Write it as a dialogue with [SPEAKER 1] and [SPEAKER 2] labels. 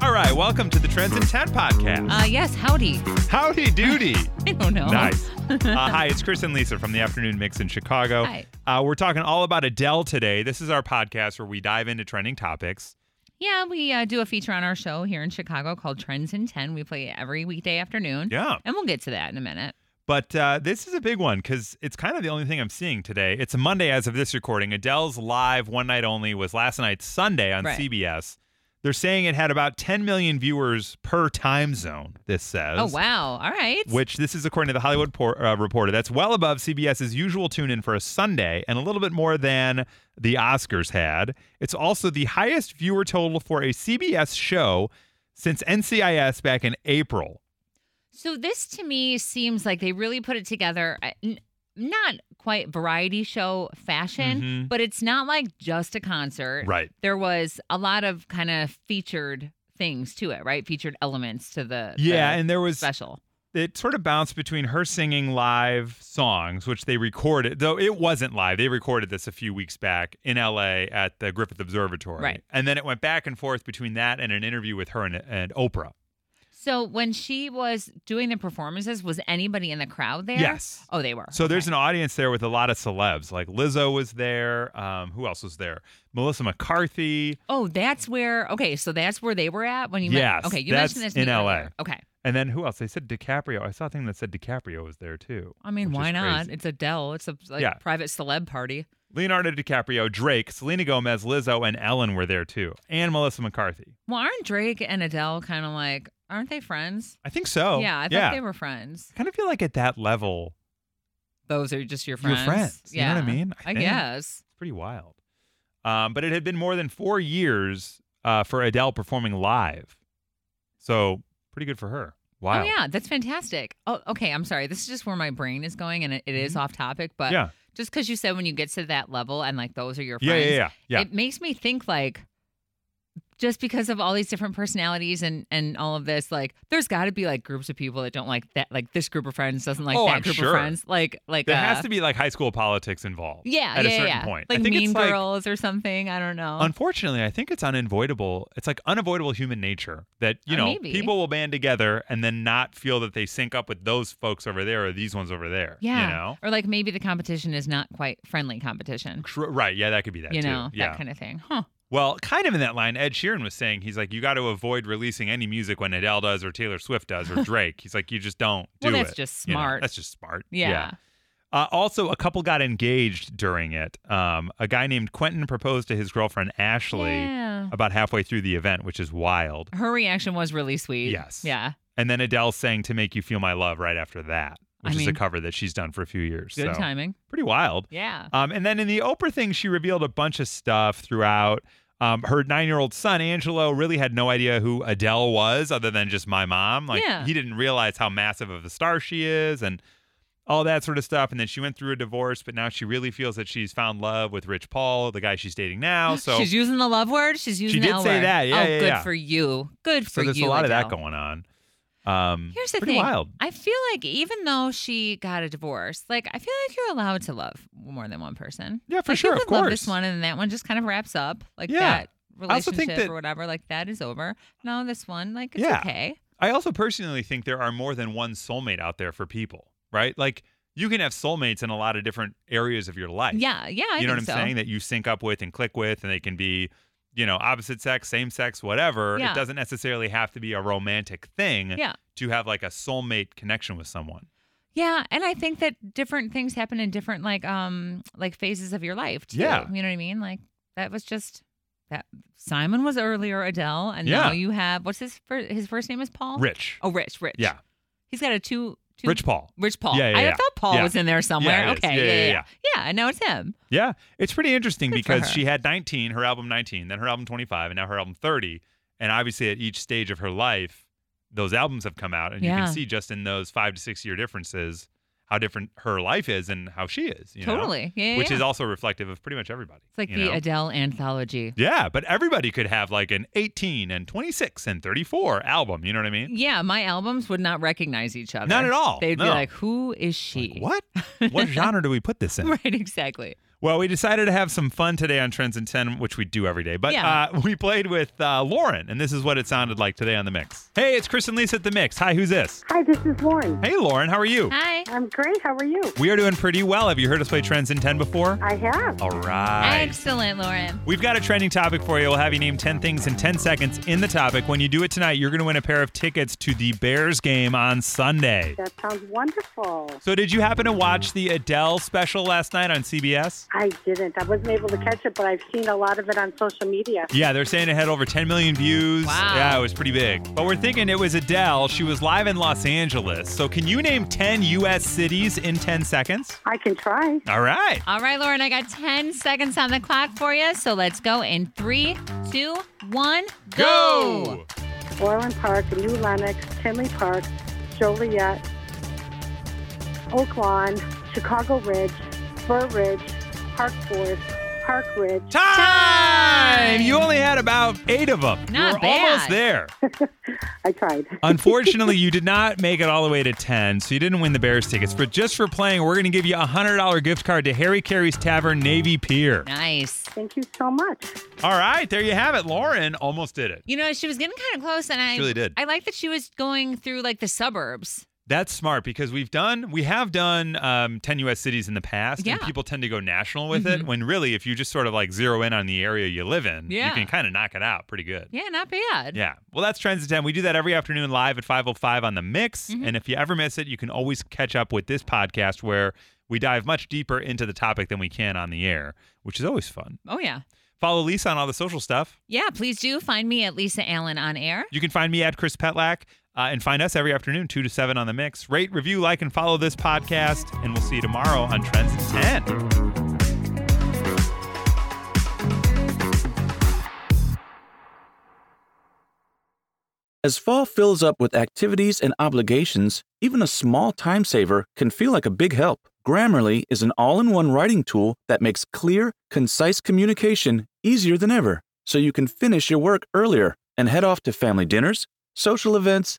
[SPEAKER 1] All right, welcome to the Trends in 10 podcast.
[SPEAKER 2] Uh, Oh. yes, howdy.
[SPEAKER 1] Howdy doody.
[SPEAKER 2] I don't know.
[SPEAKER 1] Nice. Uh, hi, it's Chris and Lisa from the Afternoon Mix in Chicago.
[SPEAKER 2] Hi.
[SPEAKER 1] Uh, we're talking all about Adele today. This is our podcast where we dive into trending topics.
[SPEAKER 2] Yeah, we uh, do a feature on our show here in Chicago called Trends in 10. We play it every weekday afternoon.
[SPEAKER 1] Yeah.
[SPEAKER 2] And we'll get to that in a minute.
[SPEAKER 1] But uh, this is a big one because it's kind of the only thing I'm seeing today. It's a Monday as of this recording. Adele's live one night only was last night, Sunday on
[SPEAKER 2] Right.
[SPEAKER 1] CBS. They're saying it had about 10 million viewers per time zone, this says.
[SPEAKER 2] Oh, wow. All right.
[SPEAKER 1] Which this is according to the Hollywood por- uh, Reporter. That's well above CBS's usual tune-in for a Sunday, and a little bit more than the Oscars had. It's also the highest viewer total for a CBS show since NCIS back in April.
[SPEAKER 2] so, this to me seems like they really put it together. uh, n- Not quite variety show fashion,
[SPEAKER 1] Mhm.
[SPEAKER 2] but it's not like just a concert.
[SPEAKER 1] Right.
[SPEAKER 2] There was a lot of kind of featured things to it, right? Featured elements to the, the
[SPEAKER 1] Yeah, and there was
[SPEAKER 2] special.
[SPEAKER 1] it sort of bounced between her singing live songs, which they recorded, though it wasn't live. They recorded this a few weeks back in LA at the Griffith Observatory.
[SPEAKER 2] Right.
[SPEAKER 1] And then it went back and forth between that and an interview with her and, and Oprah.
[SPEAKER 2] So, when she was doing the performances, was anybody in the crowd there?
[SPEAKER 1] Yes.
[SPEAKER 2] Oh, they were.
[SPEAKER 1] So there's
[SPEAKER 2] Okay.
[SPEAKER 1] an audience there with a lot of celebs. Like Lizzo was there. Um, who else was there? Melissa McCarthy.
[SPEAKER 2] Oh, that's where. Okay, so that's where they were at when you.
[SPEAKER 1] Yes,
[SPEAKER 2] men- okay, you
[SPEAKER 1] that's
[SPEAKER 2] mentioned this
[SPEAKER 1] in
[SPEAKER 2] to me
[SPEAKER 1] LA.
[SPEAKER 2] earlier. Okay,
[SPEAKER 1] And then who else? They said DiCaprio. I saw a thing that said DiCaprio was there too.
[SPEAKER 2] I mean,
[SPEAKER 1] which is
[SPEAKER 2] why not?
[SPEAKER 1] crazy.
[SPEAKER 2] It's Adele. It's a like,
[SPEAKER 1] Yeah.
[SPEAKER 2] private celeb party.
[SPEAKER 1] Leonardo DiCaprio, Drake, Selena Gomez, Lizzo, and Ellen were there too. And Melissa McCarthy.
[SPEAKER 2] Well, aren't Drake and Adele kind of like? Aren't they friends?
[SPEAKER 1] I think so.
[SPEAKER 2] yeah, I thought
[SPEAKER 1] Oh, yeah.
[SPEAKER 2] they were friends.
[SPEAKER 1] I kind of feel like at that level,
[SPEAKER 2] Those are just your
[SPEAKER 1] Your
[SPEAKER 2] friends.
[SPEAKER 1] friends, you know
[SPEAKER 2] Yeah.
[SPEAKER 1] what I mean? I
[SPEAKER 2] I,
[SPEAKER 1] think.
[SPEAKER 2] guess.
[SPEAKER 1] it's pretty wild. Um, but it had been more than four years uh, for Adele performing live. So pretty good for her. Wow.
[SPEAKER 2] Oh yeah, that's fantastic. Oh, okay. I'm sorry. This is just where my brain is going, and it, it is off topic. But
[SPEAKER 1] Mm-hmm. Yeah.
[SPEAKER 2] just because you said when you get to that level and like those are your
[SPEAKER 1] Yeah,
[SPEAKER 2] friends,
[SPEAKER 1] yeah, yeah. yeah.
[SPEAKER 2] it makes me think like just because of all these different personalities and and all of this like there's got to be like groups of people that don't like that like this group of friends doesn't like
[SPEAKER 1] Oh,
[SPEAKER 2] that
[SPEAKER 1] I'm
[SPEAKER 2] group
[SPEAKER 1] sure.
[SPEAKER 2] of friends like like
[SPEAKER 1] There
[SPEAKER 2] uh,
[SPEAKER 1] has to be like high school politics involved.
[SPEAKER 2] yeah
[SPEAKER 1] at a
[SPEAKER 2] yeah
[SPEAKER 1] certain
[SPEAKER 2] yeah
[SPEAKER 1] point. I
[SPEAKER 2] like
[SPEAKER 1] think
[SPEAKER 2] mean
[SPEAKER 1] it's like-
[SPEAKER 2] girls or something i don't know
[SPEAKER 1] Unfortunately, I think it's unavoidable. It's like unavoidable human nature that, you
[SPEAKER 2] Uh,
[SPEAKER 1] know,
[SPEAKER 2] maybe.
[SPEAKER 1] people will band together and then not feel that they sync up with those folks over there or these ones over there.
[SPEAKER 2] yeah
[SPEAKER 1] You know?
[SPEAKER 2] or like maybe the competition is not quite friendly competition
[SPEAKER 1] Tr- Right. Yeah, that could be that
[SPEAKER 2] you
[SPEAKER 1] too.
[SPEAKER 2] know
[SPEAKER 1] yeah.
[SPEAKER 2] that kind of thing huh
[SPEAKER 1] well, kind of in that line, Ed Sheeran was saying he's like, you got to avoid releasing any music when Adele does or Taylor Swift does or Drake. he's like, you just don't do
[SPEAKER 2] well that's
[SPEAKER 1] it.
[SPEAKER 2] just
[SPEAKER 1] you know?
[SPEAKER 2] smart
[SPEAKER 1] That's just smart.
[SPEAKER 2] yeah.
[SPEAKER 1] Uh, also, a couple got engaged during it. Um, a guy named Quentin proposed to his girlfriend Ashley.
[SPEAKER 2] Yeah.
[SPEAKER 1] about halfway through the event, which is wild.
[SPEAKER 2] her reaction was really sweet
[SPEAKER 1] Yes.
[SPEAKER 2] yeah
[SPEAKER 1] And then Adele sang To Make You Feel My Love right after that,
[SPEAKER 2] I
[SPEAKER 1] which is a
[SPEAKER 2] mean,
[SPEAKER 1] cover that she's done for a few years.
[SPEAKER 2] good
[SPEAKER 1] so,
[SPEAKER 2] timing
[SPEAKER 1] Pretty wild.
[SPEAKER 2] yeah
[SPEAKER 1] Um, and then in the Oprah thing, she revealed a bunch of stuff throughout. Um, her nine year old son, Angelo, really had no idea who Adele was other than just my mom. Like,
[SPEAKER 2] Yeah.
[SPEAKER 1] he didn't realize how massive of a star she is and all that sort of stuff. And then she went through a divorce, but now she really feels that she's found love with Rich Paul, the guy she's dating now. So
[SPEAKER 2] she's using the love word. She's using
[SPEAKER 1] did
[SPEAKER 2] the L
[SPEAKER 1] say
[SPEAKER 2] word.
[SPEAKER 1] that. Yeah,
[SPEAKER 2] oh,
[SPEAKER 1] yeah,
[SPEAKER 2] good
[SPEAKER 1] yeah.
[SPEAKER 2] for you. Good for
[SPEAKER 1] so
[SPEAKER 2] you.
[SPEAKER 1] there's a lot of that
[SPEAKER 2] Adele.
[SPEAKER 1] going on. Um,
[SPEAKER 2] Here's the
[SPEAKER 1] pretty
[SPEAKER 2] thing.
[SPEAKER 1] wild.
[SPEAKER 2] I feel like even though she got a divorce, like I feel like you're allowed to love more than one person.
[SPEAKER 1] Yeah, for
[SPEAKER 2] Like,
[SPEAKER 1] sure,
[SPEAKER 2] You
[SPEAKER 1] of
[SPEAKER 2] could love this
[SPEAKER 1] course.
[SPEAKER 2] one, and that one just kind of wraps up. Like
[SPEAKER 1] Yeah.
[SPEAKER 2] that
[SPEAKER 1] I also
[SPEAKER 2] relationship
[SPEAKER 1] think that-
[SPEAKER 2] or whatever. Like that is over. No, this one, like it's
[SPEAKER 1] Yeah.
[SPEAKER 2] okay.
[SPEAKER 1] I also personally think there are more than one soulmate out there for people, right? Like you can have soulmates in a lot of different areas of your life.
[SPEAKER 2] Yeah, yeah. I
[SPEAKER 1] you know what I'm
[SPEAKER 2] think so.
[SPEAKER 1] saying? That you sync up with and click with, and they can be, you know, opposite sex, same sex, whatever. It
[SPEAKER 2] Yeah.
[SPEAKER 1] doesn't necessarily have to be a romantic thing
[SPEAKER 2] Yeah.
[SPEAKER 1] to have like a soulmate connection with someone.
[SPEAKER 2] Yeah, and I think that different things happen in different like um like phases of your life too.
[SPEAKER 1] Yeah.
[SPEAKER 2] You know what I mean? Like that was just that Simon was earlier Adele, and
[SPEAKER 1] Yeah.
[SPEAKER 2] now you have what's his first his first name is Paul?
[SPEAKER 1] Rich.
[SPEAKER 2] Oh Rich, Rich.
[SPEAKER 1] Yeah.
[SPEAKER 2] He's got a two two
[SPEAKER 1] Rich Paul.
[SPEAKER 2] Rich Paul.
[SPEAKER 1] Yeah, yeah,
[SPEAKER 2] I
[SPEAKER 1] yeah.
[SPEAKER 2] thought Paul
[SPEAKER 1] Yeah.
[SPEAKER 2] was in there somewhere.
[SPEAKER 1] it is.
[SPEAKER 2] okay.
[SPEAKER 1] Yeah, yeah, yeah.
[SPEAKER 2] yeah. I know it's him.
[SPEAKER 1] Yeah, it's pretty interesting
[SPEAKER 2] Good for
[SPEAKER 1] because
[SPEAKER 2] her.
[SPEAKER 1] she had 19, her album 19, then her album 25, and now her album 30. And obviously, at each stage of her life, those albums have come out, and you
[SPEAKER 2] Yeah.
[SPEAKER 1] can see just in those five to six year differences how different her life is and how she is. You know?
[SPEAKER 2] totally. Yeah. yeah,
[SPEAKER 1] which
[SPEAKER 2] yeah.
[SPEAKER 1] is also reflective of pretty much everybody.
[SPEAKER 2] it's like
[SPEAKER 1] you
[SPEAKER 2] the
[SPEAKER 1] know?
[SPEAKER 2] Adele anthology.
[SPEAKER 1] yeah, but everybody could have like an 18 and 26 and 34 album. You know what I mean?
[SPEAKER 2] Yeah, my albums would not recognize each other.
[SPEAKER 1] Not at all,
[SPEAKER 2] They'd
[SPEAKER 1] no.
[SPEAKER 2] be like, "Who is she?"
[SPEAKER 1] Like, what? what genre do we put this in?
[SPEAKER 2] Right, exactly.
[SPEAKER 1] Well, we decided to have some fun today on Trends in 10, which we do every day. But
[SPEAKER 2] Yeah.
[SPEAKER 1] uh, we played with uh, Lauren, and this is what it sounded like today on The Mix. Hey, it's Chris and Lisa at The Mix. Hi, who's this?
[SPEAKER 3] Hi, this is Lauren.
[SPEAKER 1] Hey, Lauren, how are you?
[SPEAKER 2] Hi.
[SPEAKER 3] I'm great. How are you?
[SPEAKER 1] We are doing pretty well. Have you heard us play Trends in 10 before?
[SPEAKER 3] I have.
[SPEAKER 1] All right.
[SPEAKER 2] Excellent, Lauren.
[SPEAKER 1] We've got a trending topic for you. We'll have you name 10 things in 10 seconds in the topic. When you do it tonight, you're going to win a pair of tickets to the Bears game on Sunday.
[SPEAKER 3] That sounds wonderful.
[SPEAKER 1] So, did you happen to watch the Adele special last night on CBS?
[SPEAKER 3] I didn't. I wasn't able to catch it, but I've seen a lot of it on social media.
[SPEAKER 1] Yeah, they're saying it had over 10 million views.
[SPEAKER 2] Wow.
[SPEAKER 1] Yeah, it was pretty big. But we're thinking it was Adele. She was live in Los Angeles. So, can you name 10 U.S. cities in 10 seconds?
[SPEAKER 3] I can try.
[SPEAKER 1] All right.
[SPEAKER 2] All right, Lauren, I got 10 seconds on the clock for you. So let's go in three, two, one, go.
[SPEAKER 3] Orland Park, New Lenox, Tinley Park, Joliet, Oak Lawn, Chicago Ridge, Burr Ridge, Park Forest, Park Ridge.
[SPEAKER 1] Time!
[SPEAKER 2] Time!
[SPEAKER 1] You only had about eight of them. you
[SPEAKER 2] Not
[SPEAKER 1] were
[SPEAKER 2] bad.
[SPEAKER 1] almost there.
[SPEAKER 3] I tried.
[SPEAKER 1] Unfortunately, you did not make it all the way to 10, so you didn't win the Bears tickets. But just for playing, we're going to give you a $100 gift card to Harry Carey's Tavern Navy Pier.
[SPEAKER 2] Nice.
[SPEAKER 3] Thank you so much.
[SPEAKER 1] All right, there you have it. Lauren almost did it.
[SPEAKER 2] You know, she was getting kind of close, and I
[SPEAKER 1] She really did.
[SPEAKER 2] I like that she was going through like the suburbs.
[SPEAKER 1] That's smart because we've done, we have done um, 10 U.S. cities in the past, and
[SPEAKER 2] Yeah. Mm-hmm.
[SPEAKER 1] people tend to go national with it. When really, if you just sort of like zero in on the area you live in,
[SPEAKER 2] Yeah.
[SPEAKER 1] you can kind of knock it out pretty good.
[SPEAKER 2] Yeah, not bad.
[SPEAKER 1] Yeah. Well, that's Trends at 10. We do that every afternoon live at 505 on The Mix.
[SPEAKER 2] Mm-hmm.
[SPEAKER 1] And if you ever miss it, you can always catch up with this podcast where we dive much deeper into the topic than we can on the air, which is always fun.
[SPEAKER 2] Oh yeah.
[SPEAKER 1] Follow Lisa on all the social stuff.
[SPEAKER 2] Yeah, please do find me at Lisa Allen on air.
[SPEAKER 1] You can find me at Chris Petlak uh, and find us every afternoon, 2 to 7 on The Mix. Rate, review, like, and follow this podcast. And we'll see you tomorrow on Trends at 10.
[SPEAKER 4] As fall fills up with activities and obligations, even a small time saver can feel like a big help. Grammarly is an all in one writing tool that makes clear, concise communication easier than ever, so you can finish your work earlier and head off to family dinners, social events,